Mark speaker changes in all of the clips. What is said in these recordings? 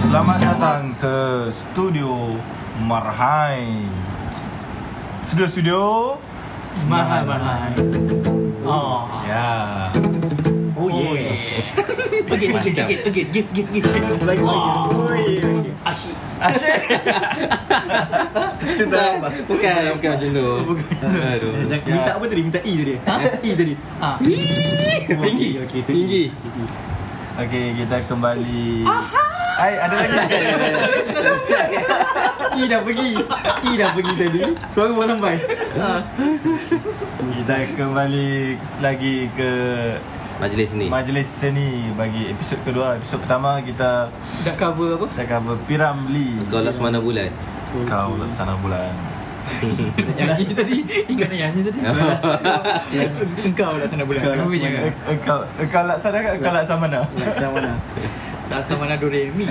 Speaker 1: Selamat datang ke Studio Marhai. Studio-studio.
Speaker 2: Mahal mahal. Oh.
Speaker 1: Ya.
Speaker 3: Oh yeah.
Speaker 2: Again, again,
Speaker 3: Macam.
Speaker 2: again, again, give, give, give.
Speaker 3: Baik
Speaker 2: Wah.
Speaker 3: baik.
Speaker 2: Asyik.
Speaker 1: Oh. Asyik.
Speaker 3: Itu tak apa.
Speaker 2: Bukan,
Speaker 3: bukan macam tu. Aduh. Minta apa tadi? Minta E tadi.
Speaker 2: Ha?
Speaker 3: E tadi.
Speaker 2: Ha.
Speaker 3: Tinggi. Okey, tu E.
Speaker 4: Tinggi.
Speaker 1: Okey, kita kembali. Hai, ada lagi.
Speaker 3: E dah pergi. E dah pergi tadi. Suara baru sampai.
Speaker 1: kita kembali lagi ke
Speaker 4: Majlis ni
Speaker 1: majlis seni bagi episod kedua. Episod pertama kita
Speaker 2: Dah cover apa?
Speaker 1: dah cover Piramli.
Speaker 4: Kau last mana bulan
Speaker 1: Kau laksana bulan.
Speaker 2: Nyanyi tadi. Ingat nak nyanyi tadi. Engkau dah sana bulan.
Speaker 3: Kau dah
Speaker 2: Kau punya.
Speaker 3: sana.
Speaker 1: Eh, Kau kau laksana ke kau laksamana?
Speaker 3: Nak sama mana?
Speaker 2: Dah sama nak doremi.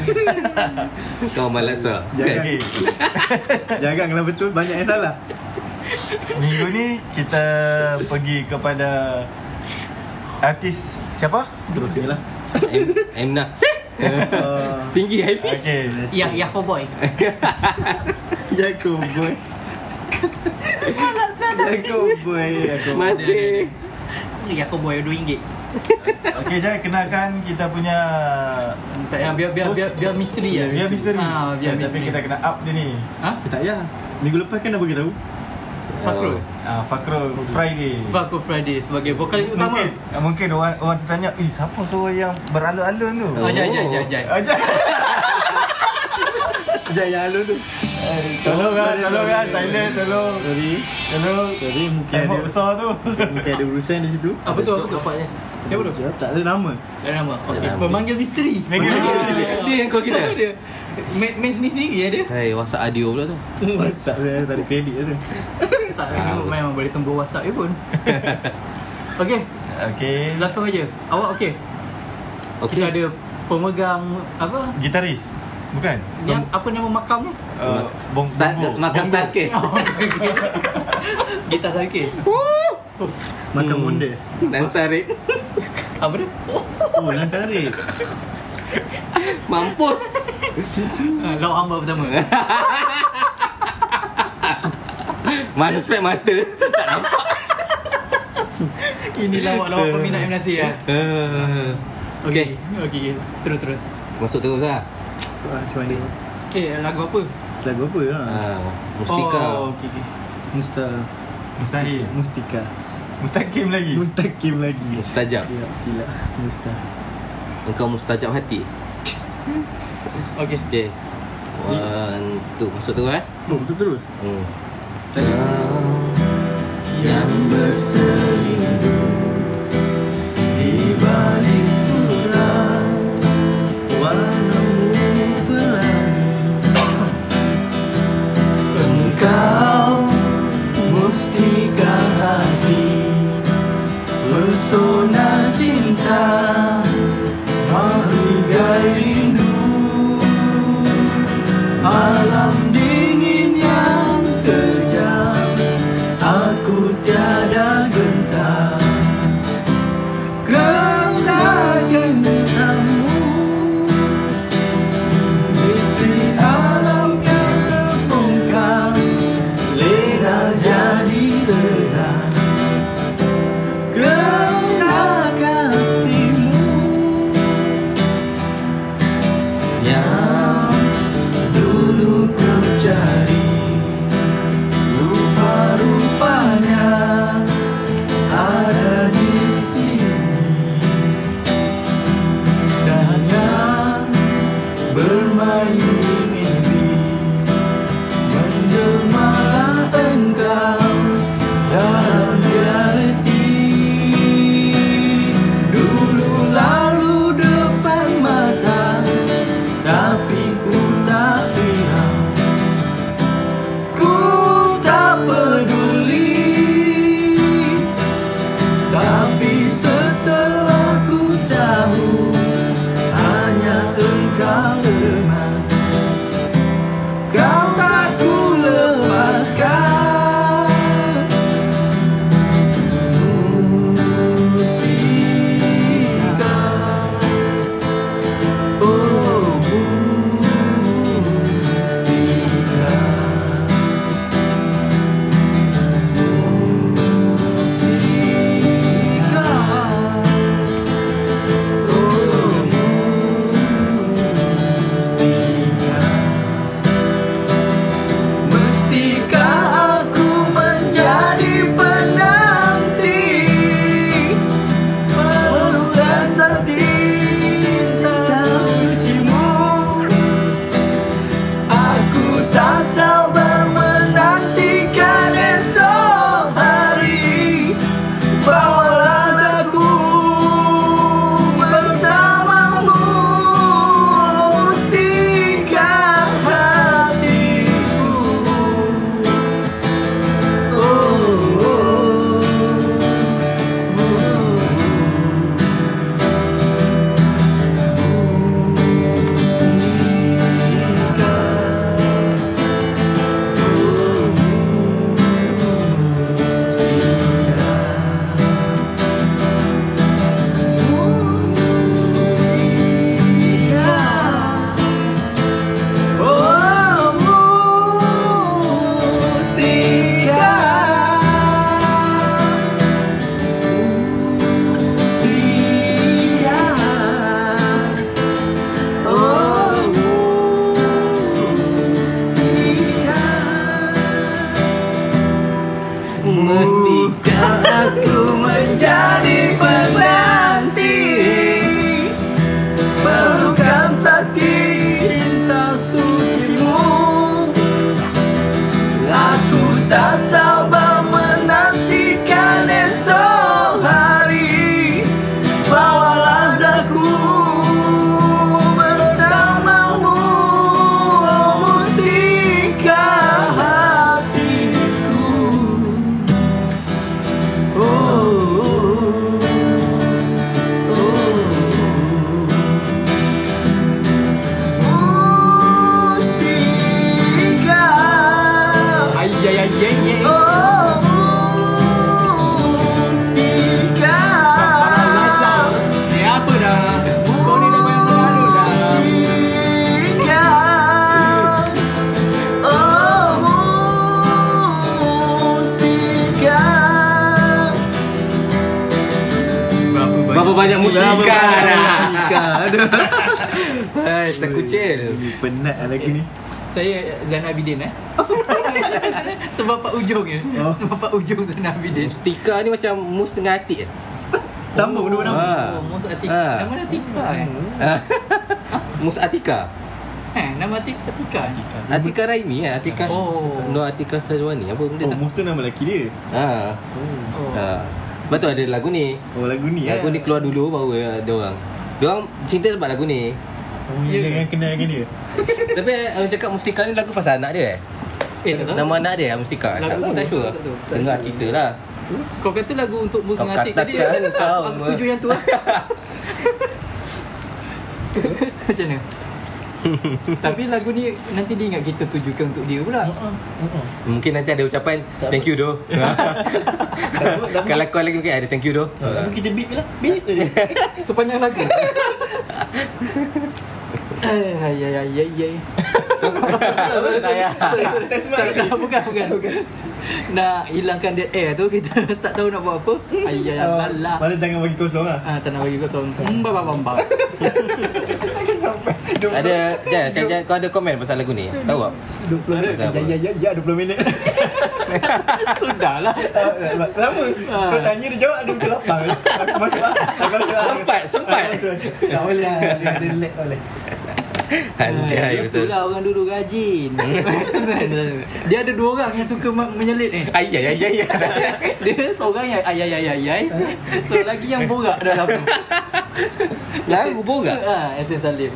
Speaker 4: Kau malasa
Speaker 3: Jangan.
Speaker 1: Okey.
Speaker 3: Jangan kalau betul banyak yang salah.
Speaker 1: Minggu ni kita pergi kepada artis siapa?
Speaker 3: Terus ni lah.
Speaker 4: Emna Tinggi high pitch
Speaker 1: Okey.
Speaker 2: Ya, ya kau boy.
Speaker 3: Jacob boy. Jacob boy. Jacob.
Speaker 4: Masih
Speaker 2: Ya kau boy RM2.
Speaker 1: Okey, Jai kenalkan kita punya
Speaker 2: Tak payah biar biar biar, biar misteri ya.
Speaker 1: biar misteri.
Speaker 2: Ah, biar
Speaker 1: Tapi
Speaker 2: misteri.
Speaker 1: kita kena up dia ni.
Speaker 2: Ha?
Speaker 3: Eh, Tak payah. Minggu lepas kan dah bagi tahu.
Speaker 2: Fakrul.
Speaker 4: Oh.
Speaker 1: Ah, Fakrul Friday.
Speaker 2: Fakrul Friday sebagai vokalis utama.
Speaker 1: Mungkin, ah, mungkin orang, orang tertanya, "Eh, siapa suara yang beralun-alun tu?"
Speaker 4: Oh.
Speaker 2: Ajak, ajak, ajak, ajak.
Speaker 1: Ajak.
Speaker 3: Jangan yang alun tu.
Speaker 1: Tolong ah, tolong ah, silent, tolong.
Speaker 3: Sorry.
Speaker 1: Tolong.
Speaker 3: Sorry mungkin
Speaker 1: Tembok
Speaker 3: ada.
Speaker 1: besar tu.
Speaker 3: Mungkin ada urusan di situ.
Speaker 2: Apa tu? Apa tu? Siapa tu?
Speaker 3: Tak ada nama.
Speaker 2: Tak ada nama. Okey,
Speaker 4: Tak ada nama.
Speaker 2: pemanggil misteri.
Speaker 1: Pemanggil misteri.
Speaker 4: Dia yang call kita?
Speaker 2: dia. Main, main sendiri sendiri ya dia.
Speaker 4: Hai WhatsApp Adio pula tu
Speaker 3: Masak saya tak ada kredit tu.
Speaker 2: tak memang, memang boleh tembus WhatsApp dia pun. Okey,
Speaker 1: Okey.
Speaker 2: langsung aja. Awak okey.
Speaker 4: Okey.
Speaker 2: Kita ada pemegang apa?
Speaker 1: Gitaris. Bukan?
Speaker 2: Yang apa nama makam ni?
Speaker 1: Uh, bong
Speaker 4: Sa-
Speaker 1: Bongo.
Speaker 4: Makan sarkis
Speaker 2: Oh, Gitar sakit.
Speaker 3: Makan
Speaker 4: Hmm.
Speaker 3: bunda.
Speaker 4: Dan sarik
Speaker 2: Apa dia? Oh,
Speaker 3: Oh, Nasari.
Speaker 4: Mampus
Speaker 2: ah, lauk hamba pertama.
Speaker 4: Mana spek mata
Speaker 2: Ini lawak-lawak peminat Ibn Nasir ya.
Speaker 4: Ah.
Speaker 2: Okey, okey. Terus terus.
Speaker 4: Masuk terus lah
Speaker 3: Macam mana?
Speaker 2: Eh, lagu apa?
Speaker 3: Lagu apa lah?
Speaker 4: Ah, Mustika
Speaker 2: Oh, okey okey.
Speaker 3: Musta
Speaker 1: Mustahil.
Speaker 3: Mustika.
Speaker 1: Mustaqim lagi.
Speaker 3: Mustakim lagi.
Speaker 4: Mustajab
Speaker 3: Silap silap. Musta.
Speaker 4: Engkau mustajab hati
Speaker 2: Okey.
Speaker 4: Okay One, two Masuk terus eh
Speaker 3: Oh, betul terus.
Speaker 4: Hmm.
Speaker 1: Yang berselindu di balik surat warnamu pelangi. Engkau mustika hati Pesona cinta Mahligai rindu Alam dingin yang kejam Aku tiada gentar Kerana cintamu Misteri alam yang terbongkar Lena jadi tenang Kerana
Speaker 2: Oh,
Speaker 4: Berapa banyak mustika dah?
Speaker 3: Ikan Aduh
Speaker 4: Hai, terkucil.
Speaker 3: Penat lah aku ni
Speaker 2: Saya Zain Abidin eh. Sebab pak ujung ya.
Speaker 3: Oh.
Speaker 2: Sebab pak ujung Zain Abidin.
Speaker 4: Mustika ni macam mus tengah hati eh.
Speaker 3: Sama benda nama
Speaker 4: Ah.
Speaker 2: Oh, Mus Atika.
Speaker 4: Ah.
Speaker 2: Nama dia Atika eh.
Speaker 4: mus Atika.
Speaker 2: Eh, nama Atika Atika. eh?
Speaker 4: Atika Raimi eh, Atika.
Speaker 2: Oh.
Speaker 4: Nur Atika Sajwani apa benda
Speaker 3: Oh
Speaker 4: tak?
Speaker 3: Mus tu nama lelaki dia
Speaker 4: Ha.
Speaker 3: Oh,
Speaker 2: Oh.
Speaker 4: Ha. Lepas tu ada lagu ni.
Speaker 3: oh lagu ni
Speaker 1: eh.
Speaker 4: Lagu ni keluar dulu baru ada orang. Diorang cinta sebab lagu ni.
Speaker 3: Oh yang
Speaker 2: Ya.
Speaker 3: yeah. kenal dengan dia
Speaker 4: Tapi eh, orang cakap Mustika ni lagu pasal anak dia eh.
Speaker 2: Eh, tak tahu.
Speaker 4: Nama anak dia Mustika.
Speaker 2: Lagu tu,
Speaker 4: Tak tahu tak sure.
Speaker 2: tak tahu, tak
Speaker 4: Dengar
Speaker 2: sure.
Speaker 4: cerita lah.
Speaker 2: Kau kata lagu untuk Mus
Speaker 4: Kau
Speaker 2: Mengatik tadi.
Speaker 4: katakan kau.
Speaker 2: Aku setuju yang tu. ah. Macam mana? Tapi lagu ni nanti dia ingat kita tujukan untuk dia pula.
Speaker 4: Mungkin nanti ada ucapan thank you doh. Kalau kau lagi mungkin ada thank you doh. Ha.
Speaker 3: Lagu kita beat lah Beat tu dia
Speaker 2: Sepanjang lagu. Ay, ay, ay, ay, ay, ay.
Speaker 4: Tak payah.
Speaker 2: Tak, bukan, bukan, bukan. Nak hilangkan dead air tu kita tak tahu nak buat apa. Ay, ay, ay,
Speaker 3: Ah,
Speaker 2: balak.
Speaker 3: Mana tangan bagi kosong lah
Speaker 2: Ah, tak nak bagi kosong. Mbak, mbak, mbak.
Speaker 4: Ada Jaya, Jaya, Jaya, kau ada komen pasal lagu ni? Tahu tak?
Speaker 3: 20 minit
Speaker 4: Pasal apa?
Speaker 3: Ya ya ya ya 20 minit
Speaker 2: Sudahlah.
Speaker 3: Ah, Lama
Speaker 2: Ah.
Speaker 3: Kau tanya dia jawab Dia macam lapang Aku masuk lah Aku masuk lah
Speaker 2: Sempat, sempat.
Speaker 3: Aku masuk, masuk. Tak boleh lah Dia ada lag tak boleh
Speaker 4: Anjay betul.
Speaker 2: Itulah orang dulu rajin. dia ada dua orang yang suka me- menyelit ni.
Speaker 4: Ayah, ayah, ayah.
Speaker 2: Dia seorang yang ayai ayai ayai. Seorang lagi yang borak dalam tu.
Speaker 4: Lagu borak?
Speaker 2: Ah, Yasin Salim.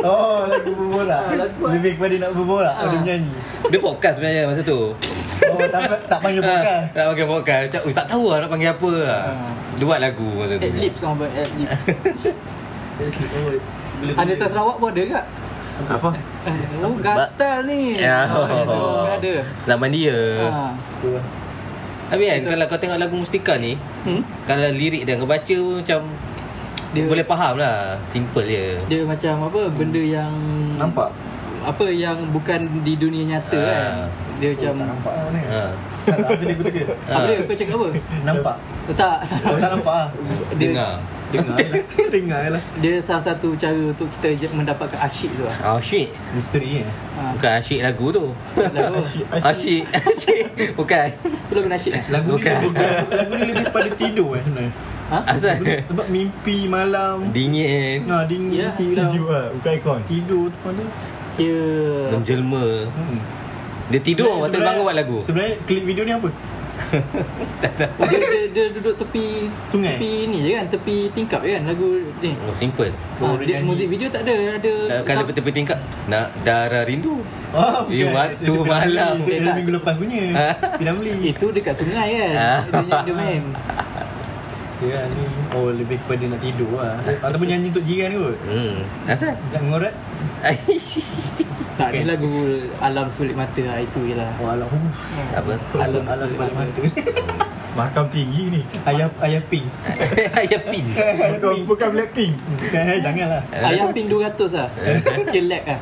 Speaker 3: Oh lagu berborak
Speaker 2: Ah, lagu ah.
Speaker 3: Lebih kepada nak berborak
Speaker 2: Ah.
Speaker 3: Dia menyanyi
Speaker 4: Dia podcast sebenarnya masa tu.
Speaker 3: Oh tak, tak panggil bukan
Speaker 4: Ha, nak panggil podcast. Macam, "Ui, tak tahu lah nak panggil apa lah.
Speaker 2: Ha.
Speaker 4: Dia buat lagu masa tu.
Speaker 2: Ad libs orang buat ad libs.
Speaker 3: Oh,
Speaker 2: Ada tak Sarawak pun ada kat?
Speaker 1: Apa?
Speaker 2: Oh, gatal ni.
Speaker 4: Ya.
Speaker 2: Oh, ada.
Speaker 4: Zaman dia.
Speaker 2: Ha.
Speaker 4: Habis kan, kalau kau tengok lagu Mustika ni,
Speaker 2: Hmm?
Speaker 4: kalau lirik dan kau baca pun macam
Speaker 2: Dia-
Speaker 4: dia boleh faham lah. Simple je.
Speaker 2: Dia macam apa benda yang
Speaker 3: Nampak?
Speaker 2: apa yang bukan di dunia nyata
Speaker 4: Ah.
Speaker 2: kan. Dia macam
Speaker 3: Tak nampak lah mana
Speaker 4: Ha.
Speaker 3: Salah apa dia aku teka
Speaker 2: apa
Speaker 4: Ah.
Speaker 2: dia kau cakap apa?
Speaker 3: Nampak?
Speaker 2: Oh, tak,
Speaker 3: Oh tak nampak lah
Speaker 2: dia,
Speaker 4: Dengar.
Speaker 3: Dengar je lah Dengar je lah
Speaker 2: dia salah satu cara untuk kita je- mendapatkan asyik tu lah.
Speaker 4: Oh shit.
Speaker 2: Ha.
Speaker 3: Misteri eh
Speaker 2: Lah, oh,
Speaker 4: Bukan asyik lagu tu.
Speaker 2: Lagu
Speaker 4: Asyik. Asyik. Bukan.
Speaker 2: apa lagu nasyid eh?
Speaker 3: Lagu ni
Speaker 4: Bukan.
Speaker 3: lebih, lagu ni lebih pada tidur eh sebenarnya
Speaker 2: Ha?
Speaker 4: Asal
Speaker 3: Sebab mimpi malam
Speaker 4: dingin.
Speaker 3: Nah dingin
Speaker 2: Ya,
Speaker 3: hilang.
Speaker 1: Sejuk lah, bukan ikon
Speaker 3: Tidur tu pada
Speaker 2: Kira
Speaker 4: Menjelma.
Speaker 3: hmm.
Speaker 4: Dia tidur waktu dia
Speaker 3: Sebenarnya-
Speaker 4: bangun buat lagu.
Speaker 3: Sebenarnya klip video ni apa?
Speaker 2: dia, dia, dia duduk tepi
Speaker 3: Sungai?
Speaker 2: Tepi ni je kan Tepi tingkap je kan Lagu ni
Speaker 4: Oh, simple.
Speaker 2: ha,
Speaker 3: Oh, dia
Speaker 2: dia,
Speaker 3: nyanyi.
Speaker 2: Muzik video tak ada Ada
Speaker 4: Uh, kalau
Speaker 2: tak-
Speaker 4: tepi tingkap nak darah rindu.
Speaker 3: Oh,
Speaker 4: Di waktu malam.
Speaker 3: Itu
Speaker 2: Dia
Speaker 3: dah
Speaker 2: tak-
Speaker 3: minggu lepas punya
Speaker 4: Ha?
Speaker 3: Pinang beli
Speaker 2: Itu dekat sungai kan
Speaker 4: Ah.
Speaker 2: Dia nyanyi- Dia main
Speaker 3: Ya ni Oh lebih kepada nak tidur lah Ataupun nyanyi untuk jiran kot
Speaker 4: Hmm. Asal?
Speaker 3: Nak ngorat
Speaker 2: Tak
Speaker 3: Okay.
Speaker 2: ada lagu Alam sulit mata lah Itu je lah
Speaker 3: Oh alam
Speaker 4: Apa?
Speaker 3: Alam alam sebalik mata
Speaker 1: Mahkam tinggi ni
Speaker 3: Ayah ayah pink
Speaker 4: Ayah pin. Eh?
Speaker 1: Bukan, bukan Blackpink
Speaker 3: Bukan eh janganlah
Speaker 2: Ayam ping 200 lah
Speaker 4: Eh.
Speaker 2: Kecil lag lah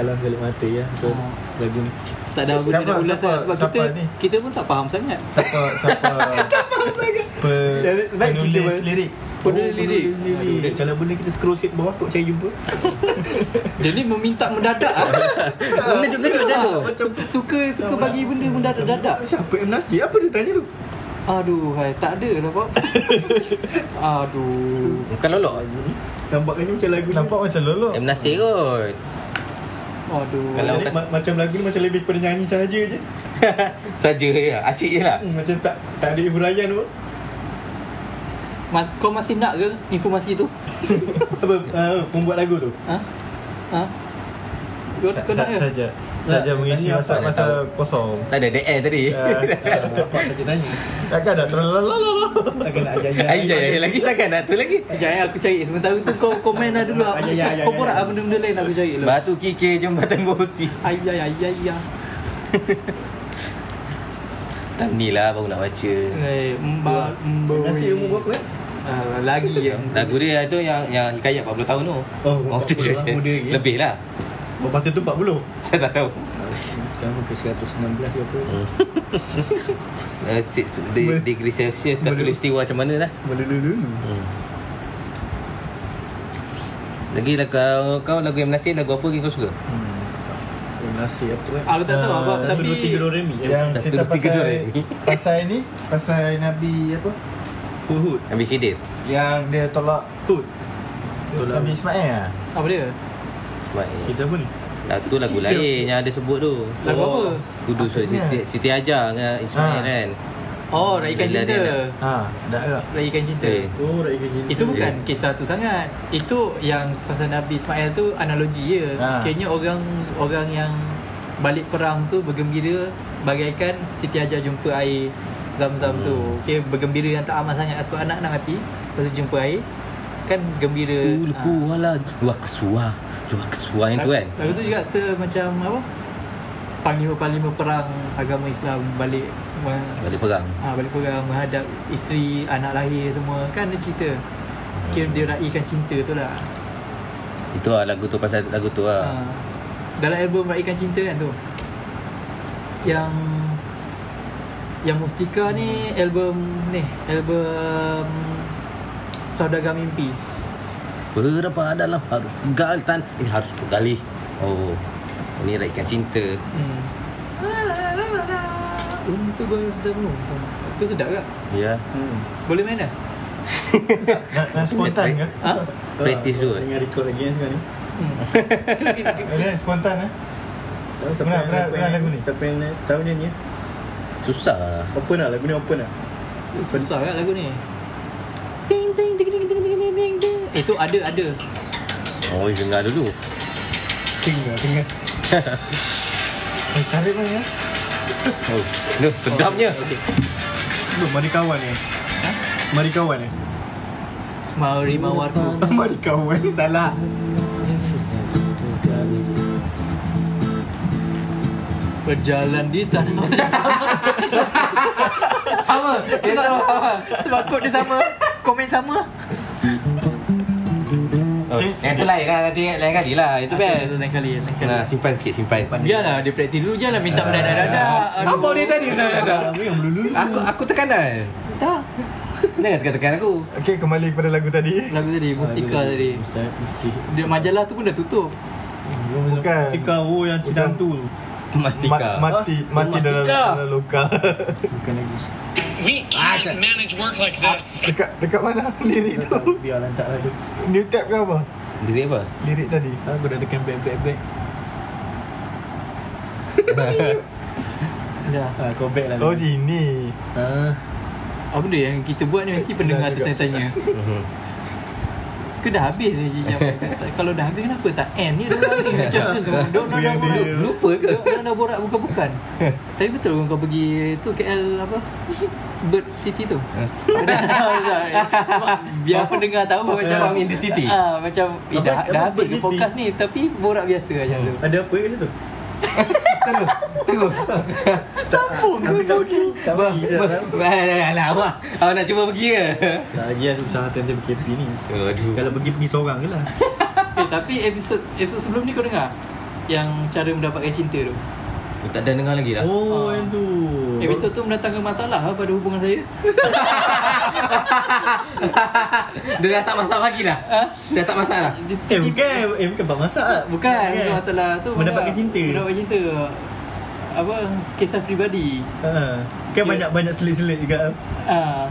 Speaker 3: Alam sebalik mata ya Betul
Speaker 2: Ah.
Speaker 3: Lagu ni
Speaker 2: Tak ada guna
Speaker 1: Siapa-
Speaker 2: nak ulas lah
Speaker 1: siapa-
Speaker 2: Sebab
Speaker 1: siapa
Speaker 2: kita
Speaker 1: ni?
Speaker 2: Kita pun tak faham sangat
Speaker 1: Siapa, siapa pe,
Speaker 3: Baik kita
Speaker 1: Penulis
Speaker 3: ber-
Speaker 1: lirik
Speaker 2: Penulis
Speaker 3: Oh,
Speaker 2: lirik.
Speaker 3: penulis lirik. Kalau boleh kita scroll sikit bawah Kau cari jumpa
Speaker 2: Dia ni meminta mendadak lah Ah,
Speaker 4: Mengejut-ngejut macam tu.
Speaker 2: Suka suka bagi benda mendadak-dadak
Speaker 3: Siapa yang menasih? Apa dia tanya tu?
Speaker 2: Aduh, hai, tak ada lah Pak. Aduh.
Speaker 4: Bukan lolok.
Speaker 3: Ah, Nampaknya macam lagu ni
Speaker 1: Nampak macam lolok
Speaker 4: Yang menasih kot.
Speaker 2: Aduh.
Speaker 4: Kalau-
Speaker 3: Jadi, ma- macam lagu ni macam lebih kepada nyanyi saja je
Speaker 4: Saja ya. Asyik je lah.
Speaker 3: Hmm, Macam tak tak ada huraian pun
Speaker 2: Mas, kau masih nak ke informasi tu?
Speaker 3: Apa uh, membuat lagu tu?
Speaker 2: Ha? Ha? Kau,
Speaker 1: Sa-
Speaker 2: kau nak
Speaker 1: sa-
Speaker 2: ke?
Speaker 1: Saja Saja
Speaker 3: Tak,
Speaker 1: mengisi
Speaker 3: tanya
Speaker 1: masa
Speaker 4: apa dia
Speaker 1: masa
Speaker 4: tahu.
Speaker 1: kosong
Speaker 4: Tak ada DR tadi.
Speaker 1: Ah,
Speaker 3: Ah, Nampak saja tanya
Speaker 1: Takkan dah terlalu
Speaker 3: Takkan nak ajar
Speaker 4: Ayah jaya ya. lagi takkan nak tu lagi.
Speaker 2: Sekejap eh, aku cari. Sementara tu kau komen lah dulu. Aku
Speaker 3: Ayah, ayah,
Speaker 2: cari, kau
Speaker 3: ayah,
Speaker 2: borak
Speaker 3: ayah.
Speaker 2: lah benda-benda lain aku cari lah.
Speaker 4: Batu kikir jembatan bosi.
Speaker 2: Ayah, ayah, ayah.
Speaker 4: Time ni lah baru nak baca.
Speaker 2: Eh, mba, mba.
Speaker 3: Nasi umur berapa eh?
Speaker 2: Ah, lagi ya.
Speaker 4: Lagu dia tu yang yang hikayat 40 tahun tu.
Speaker 3: Oh,
Speaker 4: tu je.
Speaker 3: muda lagi. ya. eh?
Speaker 4: Lebih lah.
Speaker 3: Oh, Masa tu 40 Ah,
Speaker 4: Saya tak tahu.
Speaker 5: Sekarang ke 116 ke apa
Speaker 4: Uh, six, de,
Speaker 5: Boleh.
Speaker 4: degree Celsius
Speaker 5: Boleh.
Speaker 4: khatulistiwa macam mana lah
Speaker 5: Melulu-lulu
Speaker 4: hmm. Lagi lah kau, kau lagu yang menasih lagu apa yang kau suka?
Speaker 5: Hmm. Oh, Nasib apa kan
Speaker 3: Ah,
Speaker 2: Aku tak tahu apa
Speaker 3: eh? Satu,
Speaker 2: tapi
Speaker 3: dua, tiga, dua, remi Eh,
Speaker 5: Yang
Speaker 4: Satu,
Speaker 5: cerita
Speaker 4: dua, tiga, dua,
Speaker 5: pasal
Speaker 4: eh.
Speaker 5: Pasal ni Pasal Nabi apa
Speaker 3: Uhud
Speaker 4: Ambil Khidir
Speaker 1: Yang dia tolak
Speaker 3: Uhud Tolak.
Speaker 1: Nabi Ismail ah.
Speaker 2: apa dia?
Speaker 4: Sebab eh,
Speaker 3: Kita apa ni?
Speaker 4: Lagu tu lagu lain yang ada sebut tu
Speaker 2: Lagu
Speaker 3: Oh.
Speaker 2: apa?
Speaker 4: Kudu so,
Speaker 1: Patutnya.
Speaker 4: Siti, Siti Ajar
Speaker 5: Ah.
Speaker 4: dengan Ismail
Speaker 1: Ha.
Speaker 4: kan
Speaker 2: Oh, Raikan
Speaker 4: Bila dia
Speaker 2: Cinta.
Speaker 4: nak-
Speaker 1: Ha, sedap ke?
Speaker 2: Raikan Cinta.
Speaker 4: Eh.
Speaker 3: Oh, rakyat gini
Speaker 2: Itu bukan kisah tu sangat. Itu yang pasal Nabi Ismail tu analogi je.
Speaker 1: Ha.
Speaker 2: Kayaknya orang orang yang balik perang tu bergembira bagaikan Siti Hajar jumpa air zam-zam tu.
Speaker 4: Hmm.
Speaker 2: Okay, bergembira yang tak amat sangat lah sebab anak nak mati. Lepas tu jumpa air kan gembira.
Speaker 4: Kul
Speaker 2: Ah.
Speaker 4: kuala Dua kesua Dua kesua yang tu kan
Speaker 2: Lagu tu juga kata macam apa? Panglima-panglima perang agama Islam balik
Speaker 4: Balik perang
Speaker 2: ha, balik perang menghadap isteri, anak lahir semua kan dia cerita. Kira dia
Speaker 4: Hmm.
Speaker 2: raikan cinta tu lah.
Speaker 4: Itu lah lagu tu pasal lagu tu
Speaker 2: Ha.
Speaker 4: lah
Speaker 2: Dalam album Raikan Cinta kan tu. Yang yang Mustika ni album ni, album Saudagar Mimpi.
Speaker 4: Berapa dalam harus pegal tan Ini harus pegali Oh Ini raikan cinta
Speaker 2: Hmm. Untuk bertemu. Tu sedap tak?
Speaker 4: Ya
Speaker 3: Hmm.
Speaker 2: Boleh main dah?
Speaker 1: Nak, nak spontan ke?
Speaker 2: Ha?
Speaker 4: Practice tu eh?
Speaker 3: Tengah record lagi kan sekarang ni
Speaker 2: Hmm.
Speaker 1: Ini spontan eh.
Speaker 3: Tahu siapa
Speaker 1: Benar,
Speaker 3: yang
Speaker 1: benar,
Speaker 3: siapa
Speaker 1: benar
Speaker 3: yang-
Speaker 1: lagu ni.
Speaker 3: Siapa yang tahu ni ni
Speaker 4: Susah lah
Speaker 3: Open lah lagu ni open lah
Speaker 2: Susah kan lagu ni. Ting ting ting ting ting ting ting ting ting. Eh, Itu ada ada.
Speaker 4: Oh dengar dulu
Speaker 5: Tinggal Tinggal
Speaker 1: Eh, tarik pun ya.
Speaker 4: Oh Duh sedapnya
Speaker 2: Oh,
Speaker 5: Belum mari kawan eh Mari kawan eh
Speaker 2: Mari mawarku.
Speaker 5: Mari kawan Salah
Speaker 2: Berjalan di tanah sama. Sebab, sebab kod dia sama. Komen sama.
Speaker 4: oh. Yang tu lain lah Nanti lain kali lah
Speaker 2: Ah,
Speaker 4: Itu best
Speaker 2: Lain kali, lain kali.
Speaker 4: Nah, simpan sikit, simpan.
Speaker 2: Biarlah dia praktis dulu je lah minta mendadak-dadak.
Speaker 4: Ah. Apa dia tadi? Dah, dah, dah.
Speaker 5: Kamu yang melulu
Speaker 4: Aku aku tekanan.
Speaker 2: Tak.
Speaker 4: Jangan tekan-tekan aku.
Speaker 1: Okey, kembali kepada lagu tadi.
Speaker 2: Lagu tadi, Mustika tadi.
Speaker 5: Mustahil Mustahil
Speaker 2: Dia majalah tu pun dah tutup.
Speaker 1: Bukan.
Speaker 3: Tika oh yang
Speaker 1: Bukan.
Speaker 3: cinta hantu tu
Speaker 4: Mastika.
Speaker 1: Ma- mati mati
Speaker 2: Mastika.
Speaker 1: dalam, dalam luka.
Speaker 5: Bukan lagi
Speaker 6: We can't manage work like this.
Speaker 1: dekat dekat mana lirik
Speaker 5: Tak
Speaker 1: tu?
Speaker 5: tahu, Biar lantak lah tu
Speaker 1: New tab ke apa?
Speaker 4: Lirik apa?
Speaker 1: Lirik tadi.
Speaker 5: Aku dah tekan back back back
Speaker 2: Dah.
Speaker 3: Ah,
Speaker 5: Ha, kau back lah
Speaker 1: Oh
Speaker 5: si
Speaker 1: sini.
Speaker 5: Ha
Speaker 2: Apa dia yang kita buat ni mesti pendengar
Speaker 5: juga.
Speaker 2: tertanya-tanya. Ke dah habis je jejak. Kalau dah habis kenapa tak end ni dah ni macam tu. Dok nak dah borak.
Speaker 4: Lupa ke?
Speaker 2: Dok nak dah borak bukan-bukan. Tapi betul ke kau pergi tu KL apa? Bird City tu. Dah, dah, dah. Sebab Biar pendengar tahu macam
Speaker 4: Faham in the city?
Speaker 2: Ah macam eh,
Speaker 3: Apa-
Speaker 2: dah
Speaker 3: apa
Speaker 2: dah habis
Speaker 3: Bird
Speaker 2: ke
Speaker 3: City? Hmm.
Speaker 2: podcast ni tapi borak biasa macam tu.
Speaker 3: Ada apa kat situ?
Speaker 4: Terus.
Speaker 3: Oh,
Speaker 2: Sambung ke
Speaker 3: Tak pergi Tak pergi dah lah.
Speaker 4: Alah, awak. Awak nak cuba pergi ke?
Speaker 3: Lagi lah susah hati-hati PKP ni
Speaker 4: Aduh.
Speaker 3: Kalau pergi pergi seorang je lah
Speaker 2: Eh, tapi episod episod sebelum ni kau dengar yang cara mendapatkan cinta tu.
Speaker 4: Oh, tak ada dengar lagi dah.
Speaker 2: Ah.
Speaker 3: Oh yang tu Eh,
Speaker 2: Episod tu mendatangkan masalah lah pada hubungan saya.
Speaker 4: Dia dah tak masak lagi dah. Dah tak masak dah.
Speaker 3: Eh bukan Eh bukan bab masak lah
Speaker 2: Bukan, bukan masalah tu
Speaker 3: Mendapatkan
Speaker 2: masalah-
Speaker 3: cinta
Speaker 2: Mendapatkan cinta. Apa kisah peribadi.
Speaker 3: Ha.
Speaker 2: Dia-
Speaker 3: Kan banyak-banyak selit-selit juga
Speaker 2: Ah,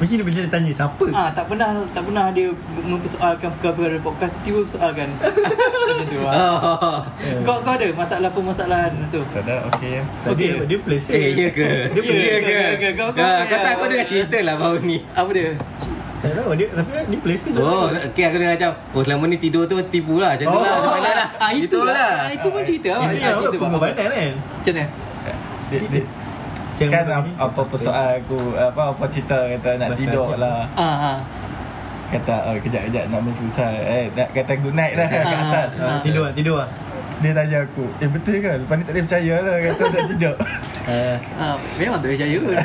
Speaker 3: Macam ni macam tanya siapa?
Speaker 2: ah tak pernah tak pernah dia mempersoalkan perkara-perkara podcast tiba persoalkan. Macam tu. Ah.
Speaker 4: Oh.
Speaker 2: Kau kau ada masalah permasalahan tu?
Speaker 3: Tak ada, okey ya.
Speaker 2: Okey.
Speaker 3: Dia, dia play safe.
Speaker 4: Eh, ya ke?
Speaker 3: Dia
Speaker 2: Ya
Speaker 3: play
Speaker 4: Ya
Speaker 2: ke,
Speaker 4: ke?
Speaker 2: ya ke? Kau- kau-
Speaker 4: Ah, Kau
Speaker 2: ya.
Speaker 4: tak kau dengar cerita lah baru ni.
Speaker 2: Apa dia?
Speaker 3: Tak tahu, dia, tapi dia play safe.
Speaker 4: Oh, okay, aku dengar macam Oh, selama ni tidur tu tipu lah Macam tu lah Macam mana lah
Speaker 2: Ah, itulah. Ah, itu pun cerita
Speaker 3: Oh.
Speaker 2: awak.
Speaker 3: Itu yang apa,
Speaker 2: Cerita apa?
Speaker 3: pengorbanan kan?
Speaker 2: Macam mana?
Speaker 1: Dia, dia,
Speaker 3: Macam
Speaker 1: kan
Speaker 3: mana ni?
Speaker 1: apa, apa persoalan aku apa apa cerita kata nak
Speaker 3: Pasal
Speaker 1: tidur
Speaker 3: macam-
Speaker 1: lah
Speaker 2: Ah, ah.
Speaker 1: kata oh, kejap kejap nak main futsal eh nak kata good night lah kat
Speaker 2: Ah.
Speaker 1: atas
Speaker 3: Ah, tidur lah, tidur lah.
Speaker 1: dia tanya aku eh betul ke lepas ni tak boleh percaya lah kata nak tidur Eh,
Speaker 2: Ah,
Speaker 3: Ah,
Speaker 2: memang tak percaya pun.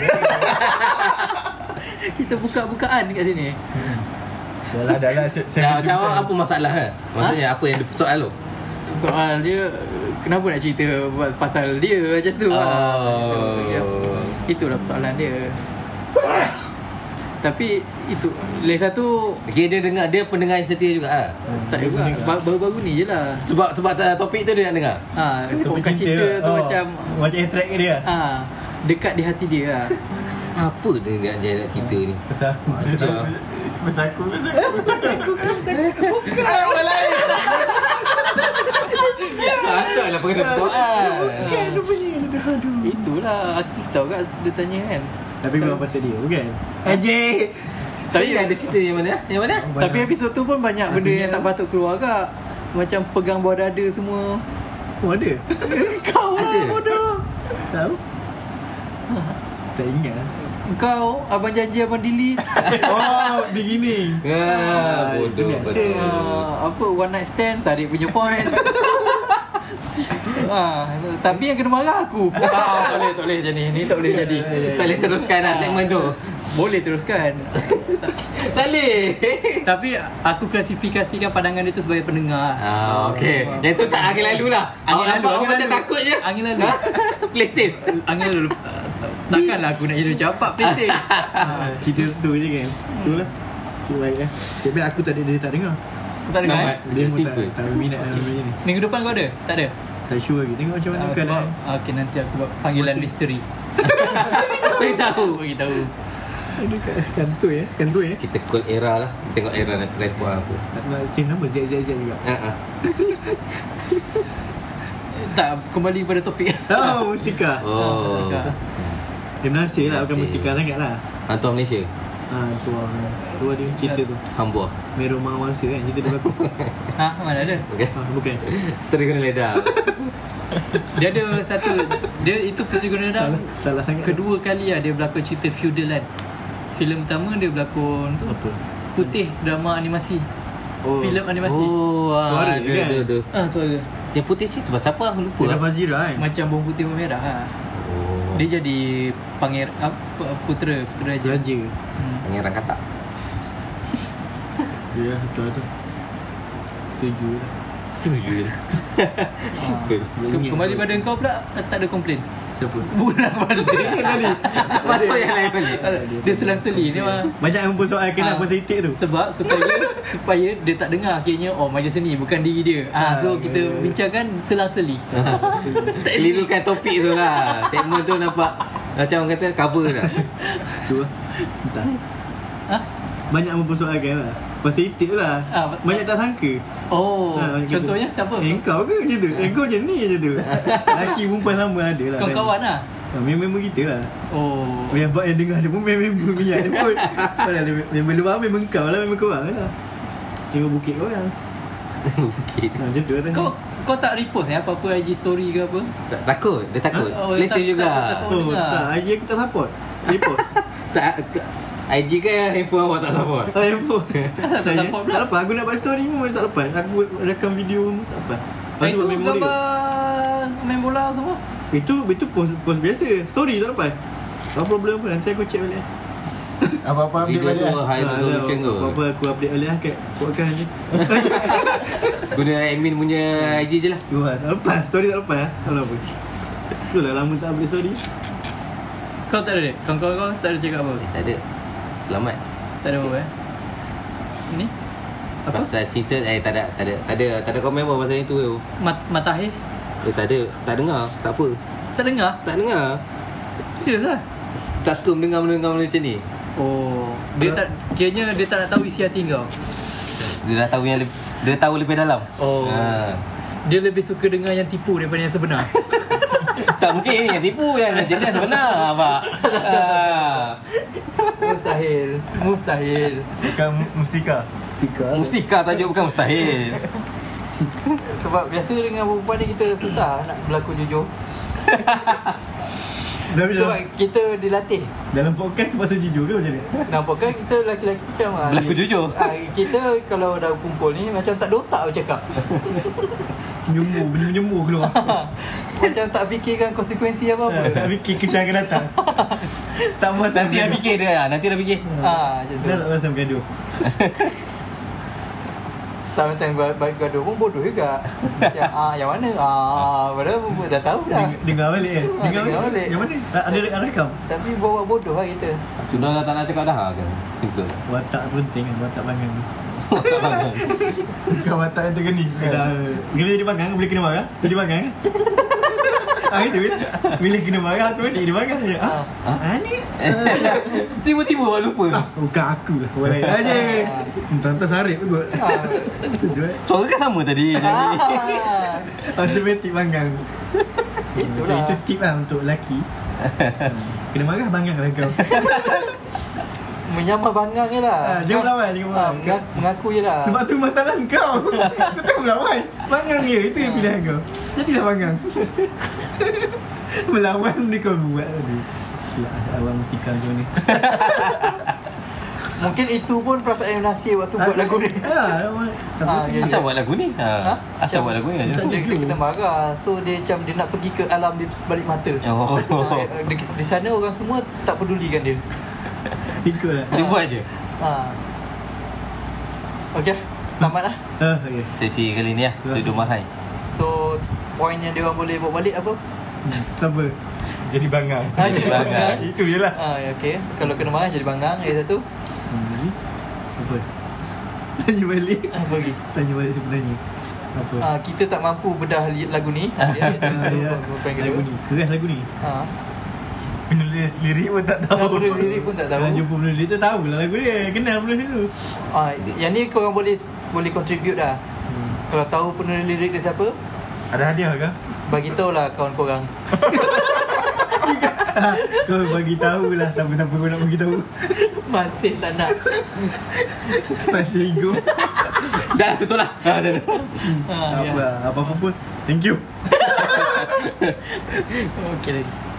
Speaker 2: Kita buka-bukaan kat sini.
Speaker 1: dah lah dah lah se-
Speaker 4: Dah, macam
Speaker 1: 70%.
Speaker 4: oh, ha? awak apa masalah kan? Maksudnya apa yang dia soal tu?
Speaker 2: Soal dia Kenapa nak cerita buat Pasal dia macam tu
Speaker 4: Oh.
Speaker 2: lah. Itulah persoalan dia Tapi Itu Lesa tu
Speaker 4: Okay, dia dengar dia pendengar yang setia juga ah.
Speaker 2: Tak juga Ba- Baru-baru ni je lah
Speaker 4: Sebab sebab tak- topik tu dia nak dengar.
Speaker 2: ha, Bukan
Speaker 3: pecinta.
Speaker 2: cerita tu
Speaker 3: Oh,
Speaker 2: macam
Speaker 3: Macam attract dia
Speaker 2: ha, Dekat di hati dia lah
Speaker 4: Apa dia nak dia nak cerita ni?
Speaker 3: Pasal aku
Speaker 4: Ah,
Speaker 3: Pasal
Speaker 4: betul.
Speaker 3: aku Pasal aku Pasal aku Pasal aku
Speaker 4: Patutlah pengen soal.
Speaker 2: Itulah Aku risau kat dia tanya kan
Speaker 3: Tapi memang pasal dia bukan Ajay
Speaker 4: Tapi dia ada cerita yang mana? ha? Yang mana?
Speaker 3: Banyak.
Speaker 2: Tapi episod tu pun banyak benda yang tak patut keluar kak Macam pegang bawah dada semua
Speaker 3: Oh ada
Speaker 2: Kau
Speaker 4: Ada?
Speaker 2: lah bodoh
Speaker 3: Tahu Tak ingat lah.
Speaker 2: Kau, Abang Janji, Abang Delete
Speaker 3: Oh beginning
Speaker 4: Ah, bodoh.
Speaker 3: Itu biasa.
Speaker 4: betul.
Speaker 2: uh, Apa, One Night Stand, Sarik punya point Ah, tapi yang kena marah aku ah, Tak boleh, tak boleh macam ni Ni tak boleh jadi
Speaker 4: Tak boleh teruskan lah segmen tu.
Speaker 2: Boleh teruskan
Speaker 4: Tak boleh.
Speaker 2: Tapi aku klasifikasikan pandangan dia tu sebagai pendengar
Speaker 4: Ah, okey. Yang tu tak angin lalu lah. Angin
Speaker 2: Awak
Speaker 4: lalu.
Speaker 2: nampak
Speaker 4: Aku
Speaker 2: angin
Speaker 4: macam
Speaker 2: lalu.
Speaker 4: takut je.
Speaker 2: Angin lalu.
Speaker 4: Ha? Plesin.
Speaker 2: Angin lalu uh, Takkanlah aku nak jadi macam apa Pelik
Speaker 3: Ah, Cerita tu je kan Itulah Cik baik lah Cik baik aku tak ada Dia tak dengar
Speaker 2: Tak dengar eh?
Speaker 4: Selamat.
Speaker 3: Dia pun tak
Speaker 4: Simple.
Speaker 3: Tak berminat dalam benda ni
Speaker 2: Minggu depan kau ada? Tak ada?
Speaker 3: Tak sure lagi Tengok macam mana
Speaker 2: Ah, sebab
Speaker 3: keadaan
Speaker 2: okay, nanti aku buat panggilan
Speaker 3: Masih.
Speaker 2: misteri. bagi tahu, bagi tahu.
Speaker 3: Aduh kat kantoi ya Kantoi ya
Speaker 4: Kita call era lah. Tengok era nak try buat apa.
Speaker 3: Tak nak same nama ZZZ juga
Speaker 4: Ha ah.
Speaker 2: Tak kembali pada topik.
Speaker 3: Oh Mustika
Speaker 2: Ah,
Speaker 4: Oh.
Speaker 3: Dia menasih lah Bukan
Speaker 4: Menasih.
Speaker 3: Mustika sangat lah
Speaker 4: Hantu Malaysia.
Speaker 3: Ah, tu lah Tu lah dia cerita tu
Speaker 4: Hambua.
Speaker 3: Meru Mangsa kan cerita tu aku
Speaker 2: ha, mana ada?
Speaker 4: Okey.
Speaker 3: ah, Bukan
Speaker 4: Terus kena ledah.
Speaker 2: Dia ada satu dia itu percuma
Speaker 3: Salah
Speaker 2: dalam
Speaker 3: Salah sangat
Speaker 2: kedua kali lah dia berlakon cerita feudalan. Filem pertama dia berlakon tu
Speaker 3: Apa?
Speaker 2: Putih drama animasi.
Speaker 3: Oh.
Speaker 2: Filem animasi.
Speaker 4: Oh,
Speaker 3: Suara
Speaker 4: ah,
Speaker 3: dia
Speaker 4: aduh,
Speaker 3: kan?
Speaker 4: aduh, aduh.
Speaker 2: Ah, suara.
Speaker 4: Yang putih cerita pasal apa? Aku lupa.
Speaker 3: Dia dah
Speaker 4: lah.
Speaker 3: Fazira kan
Speaker 2: Macam bawang putih bawang merah ha.
Speaker 4: Oh.
Speaker 2: Dia jadi pangir apa putera, putera raja.
Speaker 3: Raja
Speaker 2: Hmm.
Speaker 4: Pangeran katak.
Speaker 3: Ya betul tu Setuju lah
Speaker 4: Setuju. Simple.
Speaker 2: Ke- Ah. Kembali pada kau pula tak ada komplain.
Speaker 3: Siapa?
Speaker 2: Bulan balik.
Speaker 3: Tadi
Speaker 4: Masuk yang lain balik.
Speaker 2: Dia selang-seli ni mah.
Speaker 3: Banyak yang persoalkan
Speaker 2: Ah,
Speaker 3: apa titik tu
Speaker 2: Sebab supaya supaya dia tak dengar akhirnya oh majlis seni bukan diri dia. Ah so kita bincangkan selang-seli.
Speaker 4: Tak kelirukan topik tu lah. Segmen tu nampak macam orang kata cover lah.
Speaker 3: Tu lah Entah
Speaker 2: Ha?
Speaker 3: Banyak mempersoalkan lah Pasal itik lah
Speaker 2: Ah, bet-
Speaker 3: Banyak tak sangka
Speaker 2: Oh,
Speaker 3: Ah, macam
Speaker 2: contohnya
Speaker 3: tu.
Speaker 2: siapa? Ah.
Speaker 3: Eh, kau ke macam tu? Eh, kau macam ni macam tu Lelaki perempuan sama ada lah
Speaker 2: Kawan-kawan lah.
Speaker 3: ha, Member-member kita lah
Speaker 2: Oh.
Speaker 3: Yang buat yang dengar dia pun Member-member minyak dia pun Kalau dia member luar Member kau lah Member korang lah Member bukit korang
Speaker 4: Bukit.
Speaker 3: ha, Macam tu lah tanya
Speaker 2: Kau kau tak repost eh apa-apa IG story ke apa?
Speaker 4: Tak, takut. Dia takut.
Speaker 2: Oh, tak-
Speaker 4: Lesen juga.
Speaker 2: tak- tak-
Speaker 3: Oh,
Speaker 2: dengar.
Speaker 3: tak, IG aku tak support Repost
Speaker 4: Tak, tak- IG kan handphone awak tak support.
Speaker 3: Ah, handphone
Speaker 2: tak
Speaker 3: Tanya,
Speaker 2: support pula?
Speaker 3: Tak lepas, aku nak buat story pun Tak lepas Aku rekam video pun tak lepas Lepas
Speaker 2: Eh,
Speaker 3: tu
Speaker 2: Itu
Speaker 3: buat memori
Speaker 2: gambar main bola semua.
Speaker 3: Itu, itu post, post biasa Story tak lepas Apa problem pun Nanti aku check balik
Speaker 1: Apa-apa ambil
Speaker 4: Video
Speaker 1: balik
Speaker 4: tu
Speaker 1: lah.
Speaker 4: high
Speaker 3: Ah,
Speaker 4: resolution
Speaker 3: dah,
Speaker 4: tu.
Speaker 3: Apa-apa aku update balik lah kat podcast ni
Speaker 4: Guna admin punya IG je lah.
Speaker 3: Tu lah, tak lepas Story tak lepas Tak tahu apa Itulah lama tak update story
Speaker 2: Kau tak ada. Kawan-kawan kau tak ada cakap apa.
Speaker 4: Eh, tak ada. Selamat.
Speaker 2: Tak ada apa eh. Ni apa?
Speaker 4: Pasal cerita eh tak ada tak ada tak ada tak ada komen pun pasal itu tu.
Speaker 2: Mat- Matahir
Speaker 4: Eh tak ada, tak dengar, tak apa.
Speaker 2: tak dengar?
Speaker 4: Tak dengar.
Speaker 2: Serius lah?
Speaker 4: Tak suka mendengar mendengar benda macam ni.
Speaker 2: Oh, dia tak kiranya dia tak nak tahu isi hati kau.
Speaker 4: Dia dah tahu yang lebih, dia tahu lebih dalam.
Speaker 2: Oh.
Speaker 4: Ha.
Speaker 2: Dia lebih suka dengar yang tipu daripada yang sebenar.
Speaker 4: Tak mungkin ni yang tipu yang macam ni yang sebenar Ha. abak.
Speaker 2: mustahil, mustahil.
Speaker 1: Bukan Mustika.
Speaker 4: Ha.
Speaker 3: Speaker
Speaker 4: Mustika tajuk bukan mustahil.
Speaker 2: Sebab biasa dengan perempuan ni kita susah nak berlaku jujur.
Speaker 3: Tapi
Speaker 2: Sebab
Speaker 3: dalam,
Speaker 2: kita dilatih.
Speaker 3: dalam podcast terpaksa jujur ke macam ni?
Speaker 2: Nampak kan kita lelaki-lelaki macam ah,
Speaker 4: Berlaku
Speaker 2: ni-
Speaker 4: jujur.
Speaker 2: ah, kita kalau dah kumpul ni macam tak ada otak bercakap.
Speaker 3: Menyembuh, benda menyembuh keluar
Speaker 2: macam tak fikirkan konsekuensi
Speaker 3: Ah,
Speaker 2: apa-apa.
Speaker 3: Tak fikir kisah akan datang Tak puas
Speaker 4: nanti dah fikir dia, nanti dah fikir.
Speaker 2: ah, macam tu.
Speaker 3: Dah tak rasa bergaduh
Speaker 2: Time-time ber- bergaduh pun bodoh juga Macam ah, yang mana? Ah, Padahal pun dah tahu dah
Speaker 3: Dengar balik eh.
Speaker 2: Ah,
Speaker 3: Dengar
Speaker 2: dengar balik.
Speaker 3: balik. Yang mana? Ah, Ada ada rekam.
Speaker 2: Tapi buat bodoh lah kita
Speaker 4: Sudah dah tak nak cakap dah ah, kan. Simple.
Speaker 3: Watak penting kan, watak bangang.
Speaker 1: Bukan watak yang terkeni
Speaker 3: Dah, Bila jadi bangang, bila kena marah, jadi bangang. Ah itu bila bila kena marah tu jadi dia bangang je. Ah.
Speaker 4: Ah.
Speaker 3: Ah ni
Speaker 4: Tiba-tiba awak lupa.
Speaker 3: bukan aku lah. Boleh aja. Tante sarip tu kot.
Speaker 2: Ah.
Speaker 3: Itu je.
Speaker 4: Suara kan sama tadi.
Speaker 2: Ah.
Speaker 3: Automatic bangang.
Speaker 2: Itulah.
Speaker 3: Itu tip lah untuk lelaki. Kena marah bangang lah kau.
Speaker 2: Menyamar bangang je lah
Speaker 3: Ah, jangan melawan, jangan
Speaker 2: Ah,
Speaker 3: melawan.
Speaker 2: menga- Mengaku je lah
Speaker 3: Sebab tu masalah kau Kau tak melawan Bangang dia Itu yang pilihan kau Jadilah bangang Melawan dia kau buat tadi Lah, Silap awal mustika macam mana
Speaker 2: Mungkin itu pun perasaan yang nasib waktu buat lagu ni
Speaker 3: Ah, awal-
Speaker 2: Ah,
Speaker 3: Tapi
Speaker 2: ya.
Speaker 4: Asal buat lagu ni?
Speaker 2: Ha?
Speaker 4: Ha. Asal buat lagu ni aja.
Speaker 2: dia,
Speaker 3: Tak
Speaker 2: dia
Speaker 3: jujur.
Speaker 2: kena marah So dia macam Dia nak pergi ke alam Di sebalik mata
Speaker 4: Oh.
Speaker 2: Ah, di, di sana orang semua Tak pedulikan dia
Speaker 3: Ikut lah
Speaker 4: Dia buat je.
Speaker 2: ha. Okay Tamat lah
Speaker 3: Ah, okay.
Speaker 4: Sesi kali ni lah. Untuk Dua Marhai.
Speaker 2: So Point yang dia orang boleh bawa balik apa
Speaker 3: Tak apa
Speaker 1: Jadi bangang
Speaker 2: Ah, jadi bangang.
Speaker 1: Itu je lah
Speaker 2: ha, Okay Kalau kena marah jadi bangang Yang satu
Speaker 3: Hmm, Jadi Apa Tanya balik
Speaker 2: ah, Bagi
Speaker 3: Tanya balik tu penanya Apa
Speaker 2: ha, Kita tak mampu bedah li- lagu ni Ya, itu-
Speaker 3: Ah,
Speaker 2: itu
Speaker 3: ya.
Speaker 2: point kedua.
Speaker 3: Lagu ni Keras lagu ni
Speaker 2: Ha.
Speaker 1: Penulis lirik pun tak
Speaker 2: Tahu
Speaker 1: tahu
Speaker 2: Ah, lirik pun tak
Speaker 3: Kalau
Speaker 2: tahu.
Speaker 3: jumpa penulis tu tahu lah lagu dia Kenal penulis tu
Speaker 2: Ah, yang ni korang boleh boleh contribute dah. Kalau tahu penulis lirik dia siapa,
Speaker 1: Ada hadiah ke?
Speaker 2: bagi tahulah kawan korang.
Speaker 3: Ah, Kau bagi tahu lah Siapa-siapa kau nak bagi tahu
Speaker 2: Masih tak nak.
Speaker 3: Masih ego
Speaker 4: Dah lah tutup lah. Ha, dah, dah.
Speaker 2: Ha,
Speaker 3: Tak
Speaker 2: ya.
Speaker 3: apa, apa-apa pun Thank you
Speaker 2: Okey lagi.